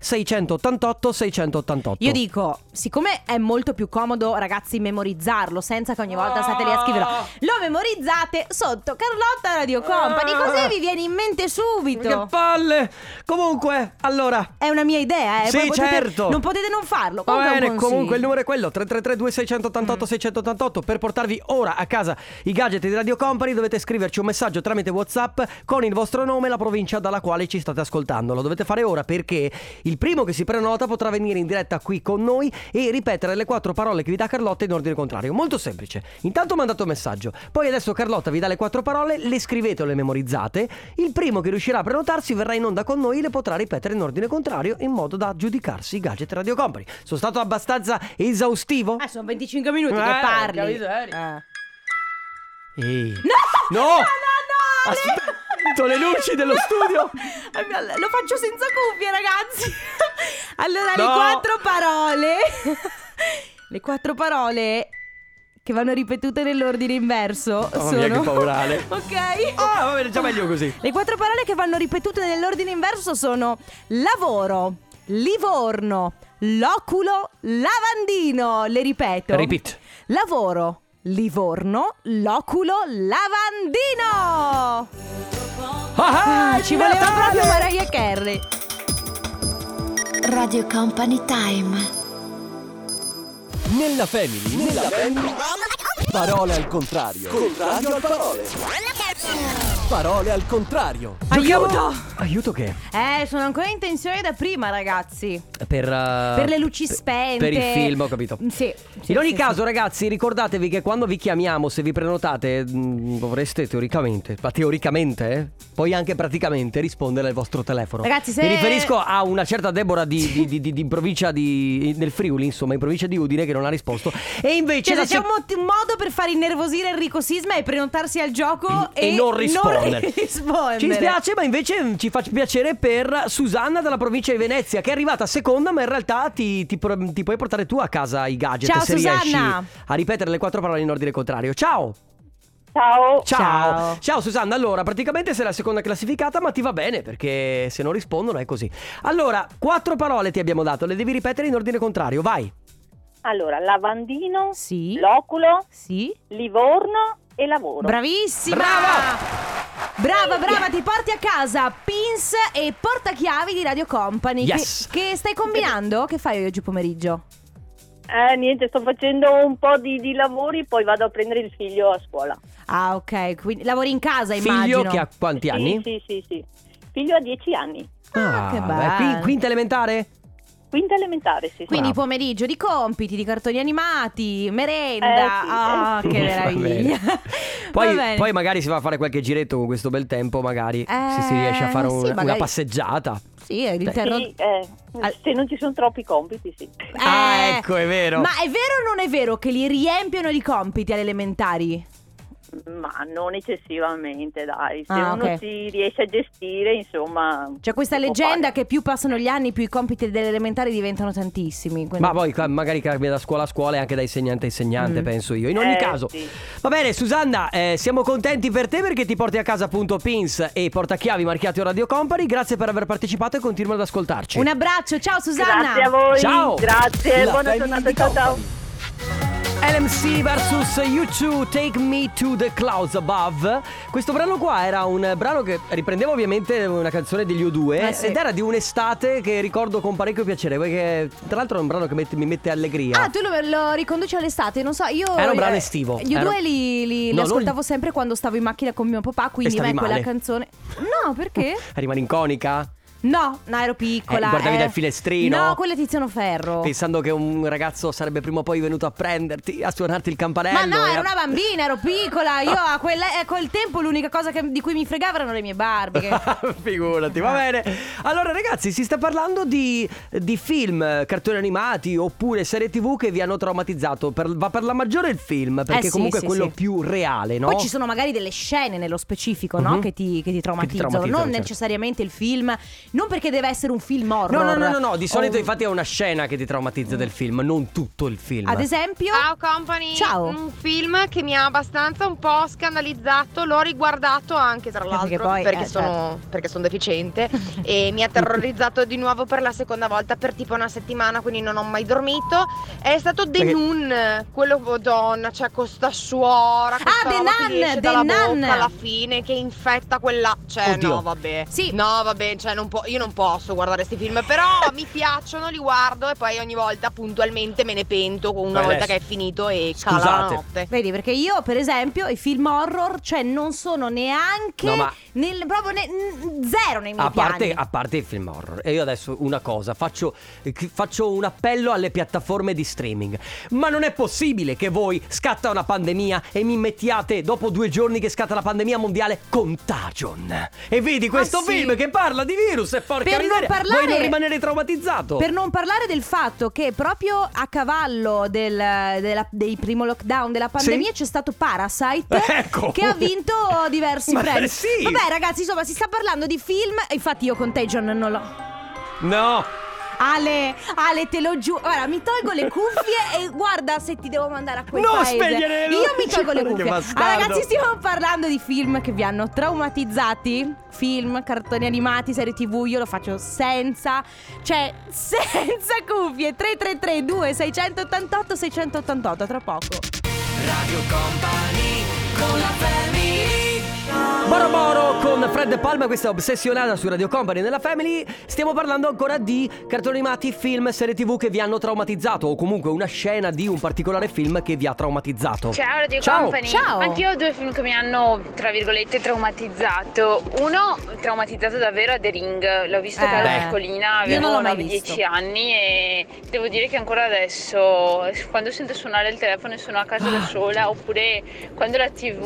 S1: 2688 688.
S3: Io dico, siccome è molto più comodo, ragazzi, memorizzarlo senza che ogni
S1: Ah.
S3: volta state lì a scriverlo, lo memorizzate sotto Carlotta Radio Company, così vi viene in mente
S1: Ah. Che
S3: subito.
S1: palle! Comunque, allora
S3: È una mia idea, eh?
S1: Sì,
S3: voi potete-
S1: certo.
S3: Non potete non farlo.
S1: Va
S3: Comunque, è un Mm.
S1: bene,
S3: consiglio.
S1: comunque il numero è quello 333 2688 688 per portarvi ora a casa i gadget di Radio Company dovete scriverci un messaggio tramite Whatsapp con il vostro nome e la provincia dalla quale ci state ascoltando. Lo dovete fare ora perché il primo che si prenota potrà venire in diretta qui con noi e ripetere le quattro parole che vi dà Carlotta in ordine contrario. Molto semplice. Intanto mandate un messaggio, poi adesso Carlotta vi dà le quattro parole, le scrivete o le memorizzate. Il primo che riuscirà a prenotarsi verrà in onda con noi e le potrà ripetere in ordine contrario in modo da giudicarsi i gadget Radio Company. Sono stato abbastanza esaustivo?
S3: Eh, sono 25 minuti
S1: Eh,
S3: che parli.
S1: porca miseria.
S3: Eh.
S1: Ehi.
S3: No!
S1: No!
S3: No, no, no! Ale!
S1: Aspetto le luci dello studio.
S3: Lo faccio senza cuffie, ragazzi. Allora, le
S1: No.
S3: quattro parole. Le quattro parole che vanno ripetute nell'ordine inverso
S1: Mamma
S3: sono.
S1: mia, che paura, Ale.
S3: ok.
S1: Ah, va bene, già meglio così.
S3: Le quattro parole che vanno ripetute nell'ordine inverso sono lavoro, Livorno, loculo, lavandino. Le ripeto.
S1: Repeat.
S3: Lavoro, Livorno, loculo, lavandino.
S1: Ah,
S3: Ah,
S1: ah,
S3: ci voleva
S1: Natale!
S3: proprio Mariah Carey.
S11: Radio Company Time.
S6: Nella family, nella family. Parole al contrario. Contrario al parole. Parole al contrario.
S1: Aiuto! Aiuto che?
S3: Eh, sono ancora in tensione da prima, ragazzi.
S1: Per, eh,
S3: Per le luci spente.
S1: Per il film, ho capito.
S3: Mm, Sì. sì,
S1: In ogni
S3: sì,
S1: caso,
S3: sì.
S1: ragazzi, ricordatevi che quando vi chiamiamo, se vi prenotate, mh, dovreste teoricamente, ma teoricamente, eh, poi anche praticamente rispondere al vostro telefono.
S3: Ragazzi, se-
S1: Mi riferisco a una certa Debora di, di- di- di- di provincia di. nel Friuli, insomma, in provincia di Udine, che non ha risposto. E invece.
S3: Cioè,
S1: la
S3: se c'è
S1: se-
S3: un, mot- un modo per far innervosire Enrico Sisma è prenotarsi al gioco e,
S1: Mm, e non rispondere.
S3: rispondere.
S1: Ci spiace, ma invece mm, ci fa piacere per Susanna dalla provincia di Venezia, che è arrivata seconda, ma in realtà ti, ti pro- ti puoi portare tu a casa i gadget
S3: Ciao,
S1: se
S3: Susanna.
S1: riesci a ripetere le quattro parole in ordine contrario. Ciao!
S7: Ciao.
S1: Ciao.
S3: Ciao.
S1: Ciao Susanna, allora praticamente sei la seconda classificata ma ti va bene perché se non rispondono è così. Allora, quattro parole ti abbiamo dato, le devi ripetere in ordine contrario, vai.
S12: Allora, lavandino,
S3: Sì.
S12: loculo,
S3: Sì.
S12: Livorno e lavoro.
S3: Bravissima!
S1: Brava!
S3: Brava, brava, ti porti a casa pins e portachiavi di Radio Company. Che-
S1: Yes.
S3: Che, stai combinando? Che fai oggi pomeriggio?
S12: Eh, niente, sto facendo un po' di, di lavori, poi vado a prendere il figlio a scuola.
S3: Ah, ok, quindi lavori in casa,
S1: Figlio
S3: Eh, immagino. Eh,
S1: che ha quanti
S12: Sì,
S1: anni?
S12: Sì, sì, sì. Figlio a 10 anni,
S3: Ah, che
S1: beh,
S3: bello.
S1: qui- quinta elementare?
S12: quinta elementare, sì. sì.
S3: Quindi
S1: Bravo.
S3: pomeriggio di compiti, di cartoni animati,
S12: Eh, sì,
S3: merenda. Ah,
S1: eh, sì.
S3: che
S1: Va
S3: meraviglia.
S1: bene.
S3: Va
S1: Poi,
S3: bene.
S1: poi magari si va a fare qualche giretto con questo bel tempo, magari se si
S3: Eh,
S1: riesce a fare
S3: sì,
S1: un- una
S3: magari.
S1: passeggiata.
S3: Sì, all'interno.
S12: Sì, eh,
S3: Al-
S12: se non ci sono troppi compiti, sì.
S1: Ah,
S3: Eh,
S1: ecco, è vero.
S3: Ma è vero o non è vero che li riempiono di compiti alle elementari?
S12: Ma non eccessivamente, dai. Se
S3: Ah,
S12: uno
S3: ok.
S12: si riesce a gestire, insomma...
S3: C'è Cioè, questa
S12: si può
S3: leggenda
S12: fare.
S3: che più passano gli anni, più i compiti delle elementari diventano tantissimi. quindi-
S1: Ma poi ca- magari cambia da scuola a scuola e anche da insegnante a insegnante,
S3: Mm.
S1: penso io. In ogni
S12: Eh,
S1: caso,
S12: sì.
S1: va bene, Susanna, eh, siamo contenti per te perché ti porti a casa appunto pins e portachiavi marchiati Radio Company. Grazie per aver partecipato e continua ad ascoltarci.
S3: Un abbraccio, ciao Susanna!
S12: Grazie a voi.
S1: Ciao.
S12: Grazie,
S6: La
S12: buona
S6: family
S12: giornata,
S6: di
S12: ciao ciao.
S6: company.
S1: LMC vs U2 Take Me to the Clouds Above. Questo brano qua era un brano che riprendeva ovviamente una canzone degli U2
S3: Eh sì.
S1: ed era di un'estate che ricordo con parecchio piacere perché tra l'altro è un brano che mette- mi mette allegria.
S3: Ah, tu lo, lo riconduci all'estate, non so, io...
S1: Era un brano
S3: eh,
S1: estivo.
S3: Io
S1: Era-
S3: due li, li- li
S1: No, non-
S3: ascoltavo sempre quando stavo in macchina con mio papà, quindi a
S1: stavi
S3: me quella
S1: male.
S3: canzone... No, perché?
S1: Rimane inconica?
S3: No, no, ero piccola.
S1: Eh, guardavi
S3: eh.
S1: dal finestrino?
S3: No, quello è Tiziano Ferro.
S1: Pensando che un ragazzo sarebbe prima o poi venuto a prenderti, a suonarti il campanello.
S3: Ma no,
S1: e a-
S3: ero una bambina, ero piccola. Io a quel, a quel tempo l'unica cosa che- di cui mi fregava erano le mie Barbie. che-
S1: Figurati, va bene. Allora, ragazzi, si sta parlando di, di film, eh, cartoni animati oppure serie TV che vi hanno traumatizzato. Per- va per la maggiore il film, perché
S3: Eh sì,
S1: comunque
S3: sì,
S1: è quello
S3: sì.
S1: più reale, Eh, no?
S3: Poi ci sono magari delle scene nello specifico, no?
S1: Mhm.
S3: Che, ti, che ti traumatizzano.
S1: traumatizzano,
S3: non
S1: certo.
S3: necessariamente il film. Non perché deve essere un film horror. Oh.
S1: No, no, no, no, no, di
S3: O
S1: solito
S3: un-
S1: infatti è una scena che ti traumatizza del film, non tutto il film.
S3: Ad esempio.
S13: Ciao company.
S3: Ciao.
S13: Un film che mi ha abbastanza un po' scandalizzato, l'ho riguardato anche tra l'altro
S3: Perché
S13: perché,
S3: poi, eh,
S13: sono, perché sono deficiente e mi ha terrorizzato di nuovo per la seconda volta per tipo una settimana, quindi non ho mai dormito. È stato The
S3: Perché-
S13: Nun, quello madonna, cioè con sta suora, questa
S3: Ah, The
S13: roba che
S3: Nun,
S13: gli esce
S3: The
S13: dalla bocca
S3: Nun.
S13: alla fine che infetta quella, cioè
S1: Oddio.
S13: no, vabbè. Sì. No, vabbè, cioè non po- io non posso guardare questi film, però mi piacciono, li guardo e poi ogni volta puntualmente me ne pento con una
S1: Beh,
S13: volta
S1: adesso-
S13: che è finito e cala la
S1: Scusate.
S13: notte.
S3: Vedi, perché io, per esempio, i film horror, cioè, non sono neanche.
S1: No, ma-
S3: nel- proprio ne- n- zero nei miei
S1: A parte,
S3: piani.
S1: a parte il film horror, e io adesso una cosa, faccio, eh, chi- faccio un appello alle piattaforme di streaming. Ma non è possibile che voi scatta una pandemia e mi mettiate, dopo due giorni che scatta la pandemia mondiale, Contagion. E vedi questo
S3: Ah, sì.
S1: film che parla di virus e porca
S3: Per non
S1: miseria,
S3: parlare-
S1: vuoi non rimanere traumatizzato?
S3: Per non parlare del fatto che proprio a cavallo del, della- dei primo lockdown della pandemia c'è stato Parasite
S1: Ecco.
S3: che ha vinto diversi
S1: Ma
S3: premi.
S1: sì.
S3: Vabbè ragazzi, insomma, si sta parlando di film, infatti io Contagion non l'ho.
S1: No!
S3: Ale, Ale, te lo giuro. Guarda, mi tolgo le cuffie e guarda se ti devo mandare a quel
S1: Non
S3: paese.
S1: spegnere le
S3: Io mi
S1: luci,
S3: tolgo le
S1: che
S3: cuffie.
S1: bastardo.
S3: Ah, ragazzi, stiamo parlando di film che vi hanno traumatizzati. Film, cartoni animati, serie tv. Io lo faccio senza, cioè, senza cuffie. 333 2688 688 tra poco.
S5: Radio Company con la family.
S1: Boro Boro con Fred De Palma, questa è ossessionata su Radio Company nella Family. Stiamo parlando ancora di cartoni animati, film, serie tv che vi hanno traumatizzato o comunque una scena di un particolare film che vi ha traumatizzato.
S14: Cioè,
S15: Ciao Radio
S1: Ciao.
S15: Company.
S1: Ciao.
S15: Anch'io ho due film che mi hanno, tra virgolette, traumatizzato. Uno traumatizzato davvero a The Ring. L'ho visto
S3: Eh,
S15: che ero
S3: beh.
S15: piccolina,
S3: Io non
S15: avevo
S3: l'ho mai
S15: 10
S3: visto.
S15: anni e devo dire che ancora adesso quando sento suonare il telefono e sono a casa
S3: Ah.
S15: da sola oppure quando la TV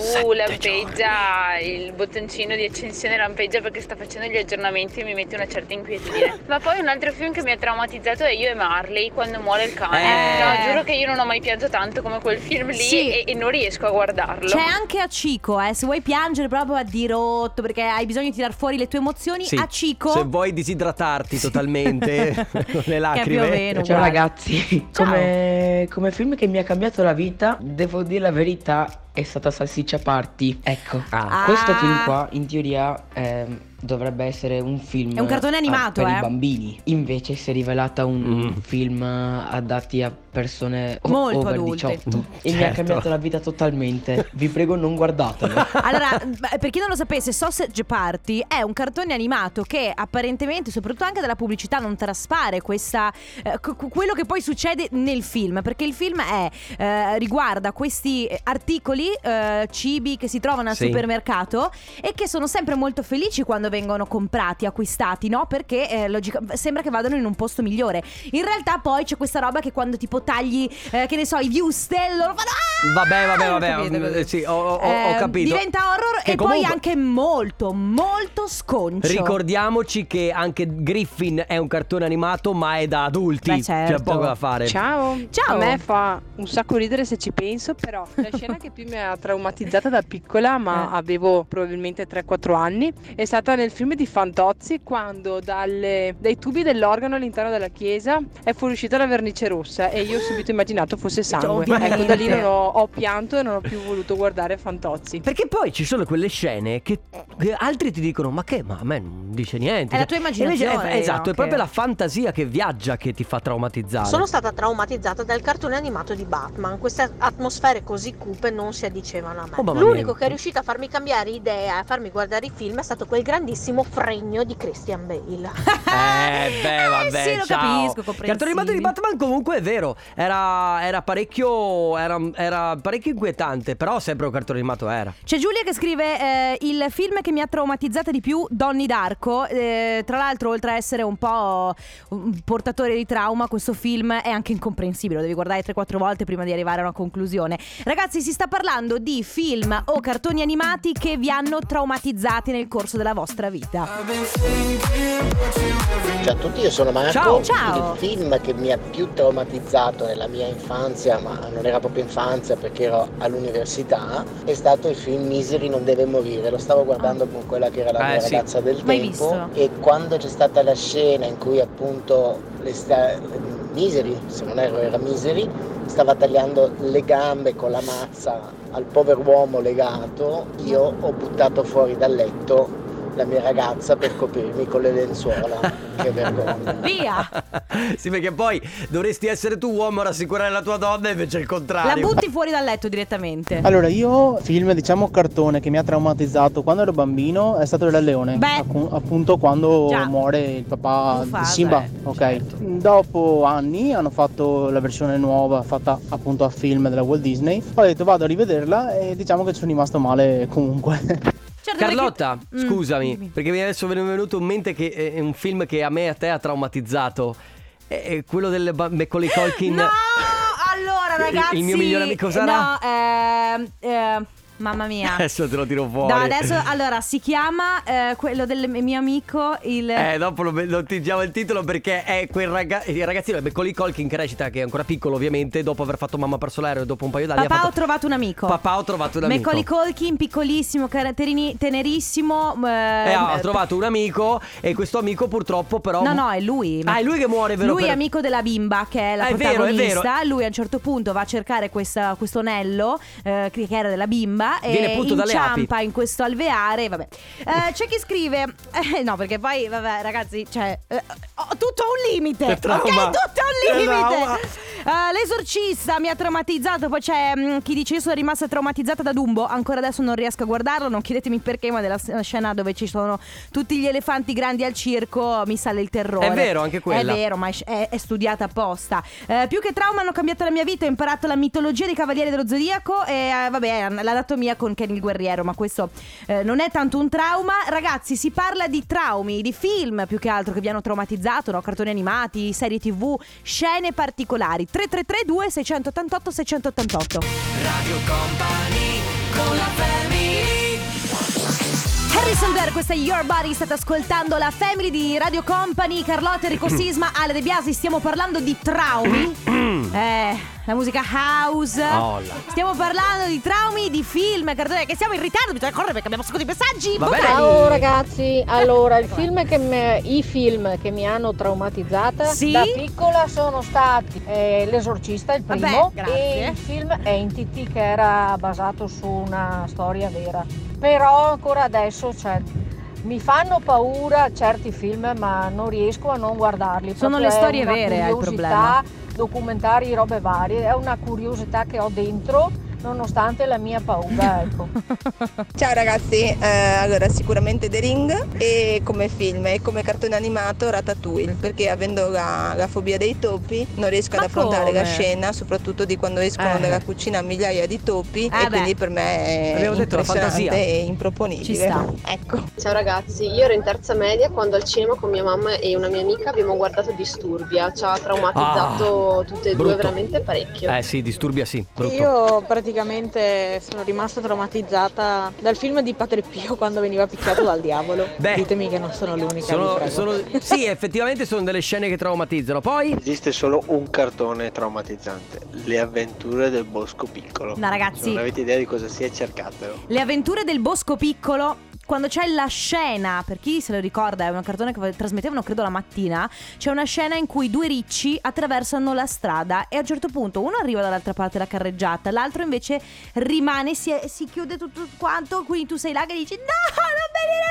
S15: lampeggia, il bottoncino di accensione lampeggia perché sta facendo gli aggiornamenti mi mette una certa inquietudine. Ma poi un altro film che mi ha traumatizzato è Io e Marley quando muore il cane.
S3: Eh.
S15: No, giuro che io non ho mai pianto tanto come quel film lì
S3: Sì.
S15: e, e non riesco a guardarlo.
S3: C'è anche a Cico, eh, se vuoi piangere proprio a dirotto perché hai bisogno di tirar fuori le tue emozioni,
S1: Sì,
S3: a Cico.
S1: Se vuoi disidratarti totalmente con le lacrime.
S16: Ciao ragazzi, Come, come film che mi ha cambiato la vita, devo dire la verità, è stata Salsiccia Party. Ecco,
S3: Ah.
S16: questo film
S3: Ah.
S16: qua in teoria ehm, dovrebbe essere un film...
S3: È un cartone
S16: a-
S3: animato,
S16: Per
S3: eh.
S16: i bambini. Invece si è rivelata
S1: Mm.
S16: un film eh, adatti a persone o-
S3: Molto
S16: over
S3: adulte.
S16: 18. E mi ha
S1: certo.
S16: cambiato la vita totalmente. Vi prego non guardatelo.
S3: Allora, beh, per chi non lo sapesse, Sausage Party è un cartone animato che apparentemente, soprattutto anche dalla pubblicità, non traspare questa, eh, co- co- quello che poi succede nel film. Perché il film è, eh, riguarda questi articoli, eh, cibi che si trovano al
S17: Sì.
S3: supermercato e che sono sempre molto felici quando vengono comprati, acquistati, no? Perché eh, logica- sembra che vadano in un posto migliore. In realtà poi c'è questa roba che quando tipo tagli, eh, che ne so, i viustello, loro fanno... "Ah!"
S1: Vabbè, vabbè,
S3: Ho
S1: vabbè.
S3: capito,
S1: mm,
S3: capito.
S1: sì, ho, ho- ho
S3: Eh,
S1: capito.
S3: Diventa horror
S1: Che
S3: e
S1: comunque-
S3: poi anche molto, molto sconcio.
S1: Ricordiamoci che anche Griffin è un cartone animato, ma è da adulti.
S14: Beh, certo.
S1: C'è poco da fare.
S14: Ciao.
S3: Ciao.
S14: A me fa un sacco ridere se ci penso, però la scena che più mi ha traumatizzata da piccola,
S13: Eh.
S14: ma avevo probabilmente 3-4 anni, è stata nel film di Fantozzi quando dalle- dai tubi dell'organo all'interno della chiesa è fuoriuscita la vernice rossa e io ho subito immaginato fosse
S13: Cioè,
S14: sangue.
S1: Ovviamente.
S14: Ecco, da lì non ho, ho pianto e non ho più voluto guardare Fantozzi.
S1: Perché poi ci sono quelle scene che, che altri ti dicono: Ma che? Ma a me non dice niente.
S13: È la
S1: Cioè,
S13: tua immaginazione,
S1: invece è- esatto,
S13: no?
S1: è proprio
S13: Che-
S1: la fantasia che viaggia che ti fa traumatizzare.
S13: Sono stata traumatizzata dal cartone animato di Batman. Queste atmosfere così cupe non si addicevano a me.
S1: Oh, mamma mia.
S13: L'unico che è riuscito a farmi cambiare idea e a farmi guardare i film è stato quel grandissimo
S17: grandissimo fregno di Christian Bale.
S1: Eh beh vabbè
S17: sì, lo
S1: ciao.
S17: capisco,
S1: Il cartone animato di Batman comunque è vero Era, era parecchio era, era parecchio inquietante Però sempre un cartone animato era
S3: C'è Giulia che scrive eh, il film che mi ha traumatizzata di più, Donny Darko. Eh, tra l'altro, oltre a essere un po' un portatore di trauma, questo film è anche incomprensibile. Lo devi guardare 3-4 volte prima di arrivare a una conclusione. Ragazzi, si sta parlando di film o cartoni animati che vi hanno traumatizzati nel corso della vostra vita.
S18: Ciao a tutti, io sono Marco.
S3: Ciao. Ciao.
S18: Il film che mi ha più traumatizzato nella mia infanzia, ma non era proprio infanzia perché ero all'università, è stato il film Miseri non deve morire. Lo stavo guardando con quella che era la
S19: Eh,
S18: mia
S19: sì.
S18: ragazza del
S19: Mai
S18: tempo
S19: visto.
S18: e quando c'è stata la scena in cui appunto le sta- Miseri, se non erro era Miseri, stava tagliando le gambe con la mazza al povero uomo legato, io ho buttato fuori dal letto la mia ragazza per coprirmi con le lenzuola. che vergogna.
S3: Via!
S1: Sì perché poi dovresti essere tu uomo a rassicurare la tua donna e invece il
S3: La
S1: contrario
S3: butti fuori dal letto
S1: Eh,
S3: direttamente.
S20: Allora, io film, diciamo cartone che mi ha traumatizzato quando ero bambino è stato il Re Leone. Accu- appunto quando
S21: Già.
S20: muore il papà
S21: Mufasa,
S20: di Simba.
S21: eh,
S20: ok. Dopo anni hanno fatto la versione nuova fatta appunto a film della Walt Disney. Ho detto vado a rivederla e diciamo che ci sono rimasto male comunque.
S3: Certo,
S1: Carlotta,
S20: Mm,
S1: scusami, perché mi è adesso venuto in mente che è un film che a me e a te ha traumatizzato. È- È quello del ba- Macaulay Culkin.
S3: No, allora
S1: Il- il
S3: ragazzi.
S1: mio migliore amico sarà? Eh,
S3: No, ehm, ehm, mamma mia.
S1: Adesso te lo tiro fuori.
S3: No, adesso allora si chiama eh, quello del mio amico il
S1: Eh, dopo lo, lo tingiamo il titolo perché è quel raga- il ragazzino, è Macaulay Culkin che recita, che è ancora piccolo ovviamente, dopo aver fatto Mamma per Solare dopo un paio d'anni. ha
S3: Papà ho
S1: fatto-
S3: trovato un amico.
S1: Papà ho trovato un amico.
S3: Macaulay Culkin, piccolissimo, caratterini- tenerissimo. eh,
S1: Eh, ha trovato un amico e questo amico purtroppo però...
S3: No, no, è lui.
S1: Ah, è lui che muore, vero?
S3: Lui è
S1: Per-
S3: amico della bimba che è la
S1: Ah, è vero, è
S3: protagonista.
S1: vero.
S3: Lui a un certo punto va a cercare questa- questo anello eh, che era della bimba
S1: Viene
S3: e
S1: punto dalle
S3: inciampa
S1: api.
S3: in questo alveare. Vabbè. Eh, c'è chi scrive, eh, no, perché poi, vabbè, ragazzi, cioè, eh, ho tutto un limite.
S22: È
S3: Ok, tutto
S22: trauma.
S3: un
S22: È
S3: limite.
S22: trauma.
S3: Eh, l'esorcista mi ha traumatizzato. Poi c'è mm, chi dice: Io sono rimasta traumatizzata da Dumbo. Ancora adesso non riesco a guardarlo. Non chiedetemi perché, ma della s- scena dove ci sono tutti gli elefanti grandi al circo mi sale il terrore.
S1: È vero, anche quella.
S3: È vero, ma è, sc- è- è studiata apposta. Eh, più che trauma hanno cambiato la mia vita. Ho imparato la mitologia dei Cavalieri dello Zodiaco e eh, vabbè, an- l'anatomia con Ken il Guerriero. Ma questo eh, non è tanto un trauma. Ragazzi, si parla di traumi, di film più che altro che vi hanno traumatizzato, no? Cartoni animati, serie tv, scene particolari. 3332 688 688.
S5: Radio Company con la
S3: Harrison Dare, questa è Your Body, state ascoltando la family di Radio Company, Carlotta, Enrico Sisma, Ale De Biasi, stiamo parlando di traumi, eh, la musica house,
S5: Olla.
S3: stiamo parlando di traumi, di film, cartoni, che siamo in ritardo, bisogna correre perché abbiamo un sacco di messaggi vocali.
S23: Ciao ragazzi, allora il film che mi- i film che mi hanno traumatizzata
S3: Sì?
S23: da piccola sono stati eh, L'esorcista, il
S3: Vabbè,
S23: primo,
S3: grazie.
S23: e il film Entity che era basato su una storia vera. Però ancora adesso cioè, mi fanno paura certi film ma non riesco a non guardarli. Proprio
S3: Sono le
S23: è
S3: storie
S23: una
S3: vere, è il
S23: curiosità,
S3: problema.
S23: documentari, robe varie, è una curiosità che ho dentro nonostante la mia paura. Ecco.
S24: Ciao ragazzi, eh, allora sicuramente The Ring e come film e come cartone animato Ratatouille perché avendo la, la fobia dei topi non riesco ad affrontare la
S23: come?
S24: scena soprattutto di quando escono
S23: Eh.
S24: dalla cucina migliaia di topi
S23: Eh beh.
S24: e quindi per me è
S23: Abbiamo detto, la
S24: impressionante
S23: fantasia.
S24: e improponibile.
S23: Ci sta.
S24: Ecco.
S25: Ciao ragazzi, io ero in terza media quando al cinema con mia mamma e una mia amica abbiamo guardato Disturbia, ci ha
S23: Ah,
S25: traumatizzato tutte e due
S1: brutto.
S25: veramente parecchio.
S1: Eh sì, disturbia sì, brutto.
S26: Io praticamente sono rimasta traumatizzata dal film di Padre Pio quando veniva picchiato dal diavolo. Ditemi che non sono l'unica. vi
S1: Sono,
S26: prego.
S1: sono- sì, effettivamente sono delle scene che traumatizzano. Poi
S27: Esiste solo un cartone traumatizzante, Le avventure del bosco piccolo.
S3: No, ragazzi.
S27: Se non avete idea di cosa sia, cercatelo.
S3: Le avventure del bosco piccolo. Quando c'è la scena, per chi se lo ricorda, è un cartone che trasmettevano credo la mattina, c'è una scena in cui due ricci attraversano la strada e a un certo punto uno arriva dall'altra parte della carreggiata, l'altro invece rimane, si, si chiude tutto quanto, quindi tu sei là che dici no,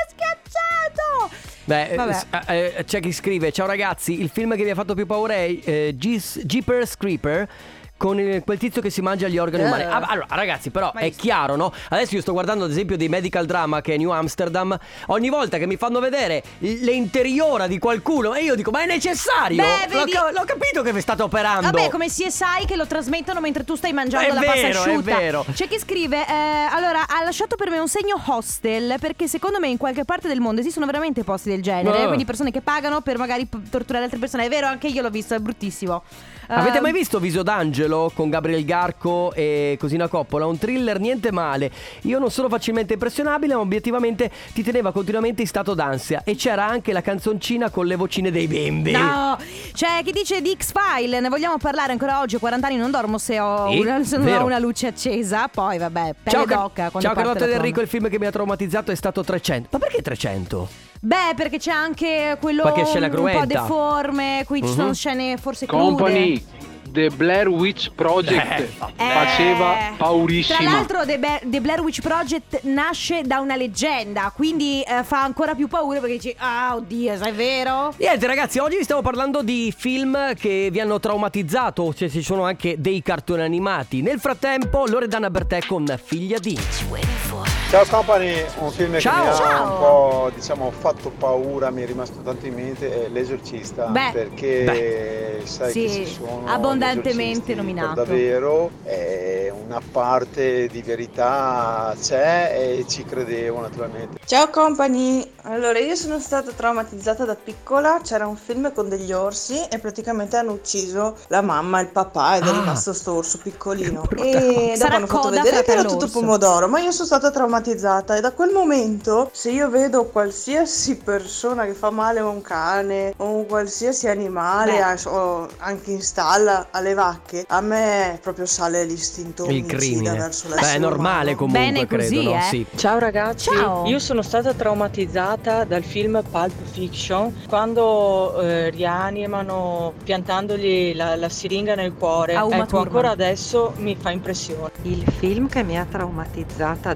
S3: non venire schiacciato!
S1: Beh, eh,
S3: Vabbè.
S1: s- eh, eh, c'è chi scrive: Ciao ragazzi, il film che mi ha fatto più paura è eh, Jeez- Jeepers Creeper. con il- quel tizio che si mangia gli organi
S28: Eh.
S1: umani. Ah, Allora, ragazzi, però
S28: Mai
S1: è
S28: visto.
S1: chiaro, no? Adesso io sto guardando, ad esempio, dei medical drama che è New Amsterdam. Ogni volta che mi fanno vedere l'interiora di qualcuno, e io dico, ma è necessario?
S3: Beh,
S1: l'ho,
S3: vedi-
S1: ca- l'ho capito che vi state operando.
S3: Vabbè, come si sai che lo trasmettono mentre tu stai mangiando
S1: È
S3: la
S1: vero, è
S3: pasta asciutta.
S1: vero.
S3: C'è chi scrive: eh, Allora, ha lasciato per me un segno hostel, perché secondo me in qualche parte del mondo esistono veramente posti del genere.
S1: Eh.
S3: Quindi persone che pagano per magari p- torturare altre persone. È vero, anche io l'ho visto, è bruttissimo.
S1: Avete
S3: Eh,
S1: mai visto Viso d'Angelo con Gabriel Garco e Cosina Coppola? Un thriller niente male. Io non sono facilmente impressionabile, ma obiettivamente ti teneva continuamente in stato d'ansia. E c'era anche la canzoncina con le vocine dei bimbi.
S3: No, c'è chi dice di X-File, ne vogliamo parlare ancora oggi, ho 40 anni, non dormo se ho,
S1: Sì,
S3: una, se non ho
S1: vero.
S3: una luce accesa, poi vabbè, pelle
S1: Ciao, Car-
S3: d'oca
S1: ciao
S3: quando parte
S1: Carlotta
S3: la
S1: Del
S3: colonna.
S1: Enrico, il film che mi ha traumatizzato è stato 300. Ma perché 300?
S3: Beh, perché c'è anche quello
S1: Qualche scena
S3: un po'
S1: cruenta.
S3: deforme, qui ci
S4: Mhm.
S3: sono scene forse
S4: Company,
S3: crude. Eh.
S4: The Blair Witch
S1: Eh.
S4: Project
S26: Eh.
S4: faceva
S3: Tra
S4: paurissima.
S3: l'altro The, Ba- The Blair Witch Project nasce da una leggenda, quindi eh, fa ancora più paura perché dici "Ah, oddio, sai è vero?"
S1: Niente ragazzi, oggi vi stiamo parlando di film che vi hanno traumatizzato, cioè ci sono anche dei cartoni animati. Nel frattempo, Loredana Bertè con Figlia di.
S18: Ciao Company, un film
S1: Ciao.
S18: che mi ha
S1: Ciao.
S18: un po' diciamo, fatto paura, mi è rimasto tanto in mente, è L'Esorcista,
S3: Beh.
S18: perché sai che
S3: sì,
S18: ci sono
S3: abbondantemente
S18: gli esorcisti per
S3: nominato.
S18: davvero, eh, una parte di verità c'è e ci credevo naturalmente.
S13: Ciao company! Allora, io sono stata traumatizzata da piccola, c'era un film con degli orsi e praticamente hanno ucciso la mamma e il papà
S1: Ah.
S13: ed è rimasto sto orso piccolino. E dopo
S3: Sarà
S13: hanno fatto
S3: coda,
S13: vedere che era
S3: fratello
S13: tutto
S3: orso.
S13: pomodoro, ma io sono stata traumatizzata e da quel momento se io vedo qualsiasi persona che fa male a un cane o un qualsiasi animale,
S3: Beh.
S13: a- o anche in stalla, alle vacche, a me proprio sale l'istinto
S1: Il
S13: omicida
S1: crimine.
S13: verso
S1: Beh, è
S13: l'essere
S1: normale
S13: umano.
S1: comunque, Bene credo, così, no? eh. Sì.
S29: Ciao ragazzi,
S13: Ciao.
S29: io sono stata traumatizzata dal film Pulp Fiction quando eh, rianimano piantandogli la, la siringa nel cuore.
S18: A Uma
S29: Ecco,
S18: Thurman.
S29: ancora adesso mi fa impressione.
S18: Il film che mi ha traumatizzata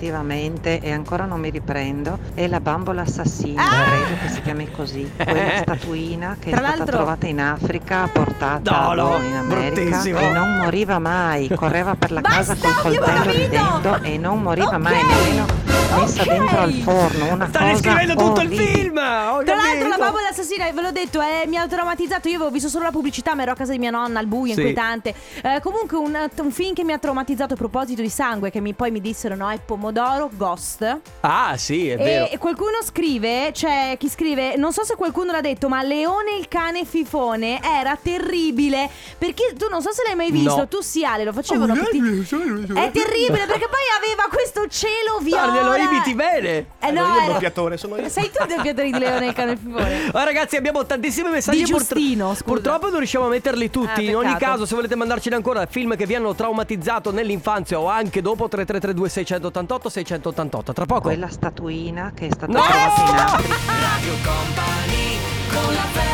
S18: definitivamente e ancora non mi riprendo è La bambola
S1: Eh,
S18: assassina,
S29: Ah!
S18: credo che si chiami così, quella statuina che
S3: Ah! Tra
S18: è stata
S3: l'altro-
S18: trovata in Africa, portata
S28: No, no,
S18: boh, in America
S28: bruttissimo.
S18: e non moriva mai, correva per la casa col coltello di dentro e non moriva mai nemmeno messa dentro al forno, una
S1: Sta
S18: cosa
S1: descrivendo tutto il
S18: orribile.
S1: film! Ho capito.
S3: Tra l'altro la bambola assassina, ve l'ho detto, eh, mi ha traumatizzato. Io avevo visto solo la pubblicità, ma ero a casa di mia nonna, al buio,
S18: Sì.
S3: inquietante. Eh, comunque un, un film che mi ha traumatizzato a proposito di sangue, che mi- poi mi dissero no, è Pomodoro Ghost.
S1: Ah sì,
S18: Eh,
S1: è vero.
S3: E e qualcuno scrive, c'è chi scrive, non so se qualcuno l'ha detto, ma Leone il cane fifone era terribile. Perché tu non so se l'hai mai visto,
S28: No.
S3: tu sì Ale, lo facevano.
S1: Oh,
S3: che
S1: eh,
S3: ti- È terribile perché poi aveva questo cielo viola.
S1: Guarda, Ah, lo imiti bene.
S3: Eh
S1: Sono
S3: no,
S1: io il
S3: era-
S1: doppiatore, sono io.
S3: Sei tu il doppiatore di Leone il cane fifone.
S1: Oh, ragazzi, abbiamo tantissimi messaggi.
S3: Di
S1: purtro-
S3: Giustino, scusa.
S1: purtroppo non riusciamo a metterli tutti.
S3: Ah,
S1: In ogni
S3: peccato.
S1: caso, se volete mandarcene ancora film che vi hanno traumatizzato nell'infanzia o anche dopo 3332 688 688. Tra poco.
S18: Quella statuina che è stata
S1: No!
S18: trovata in Africa.
S28: Radio Company con la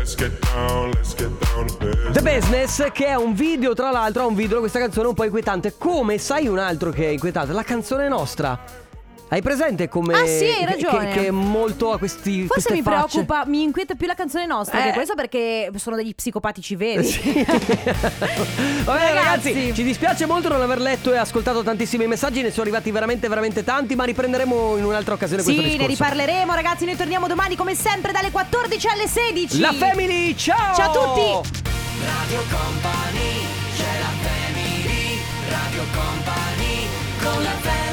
S2: Let's get down, let's get down to business.
S1: The Business che è un video tra l'altro, ha un video questa canzone un po' inquietante. Come sai un altro che è inquietante? La canzone nostra. Hai presente come
S3: Ah, sì, hai
S1: che-
S3: ragione.
S1: che, che è molto a questi
S3: Forse
S1: queste
S3: mi
S1: facce.
S3: preoccupa, mi inquieta più la canzone nostra
S1: Eh.
S3: che questa perché sono degli psicopatici veri.
S1: Vabbè ragazzi. ci dispiace molto non aver letto e ascoltato tantissimi messaggi, ne sono arrivati veramente veramente tanti, ma riprenderemo in un'altra occasione questo
S3: Sì,
S1: discorso.
S3: ne riparleremo ragazzi, noi torniamo domani come sempre dalle 14 alle 16.
S1: La Family, ciao!
S3: Ciao a tutti!
S28: Radio Company, c'è la family, Radio Company con la family.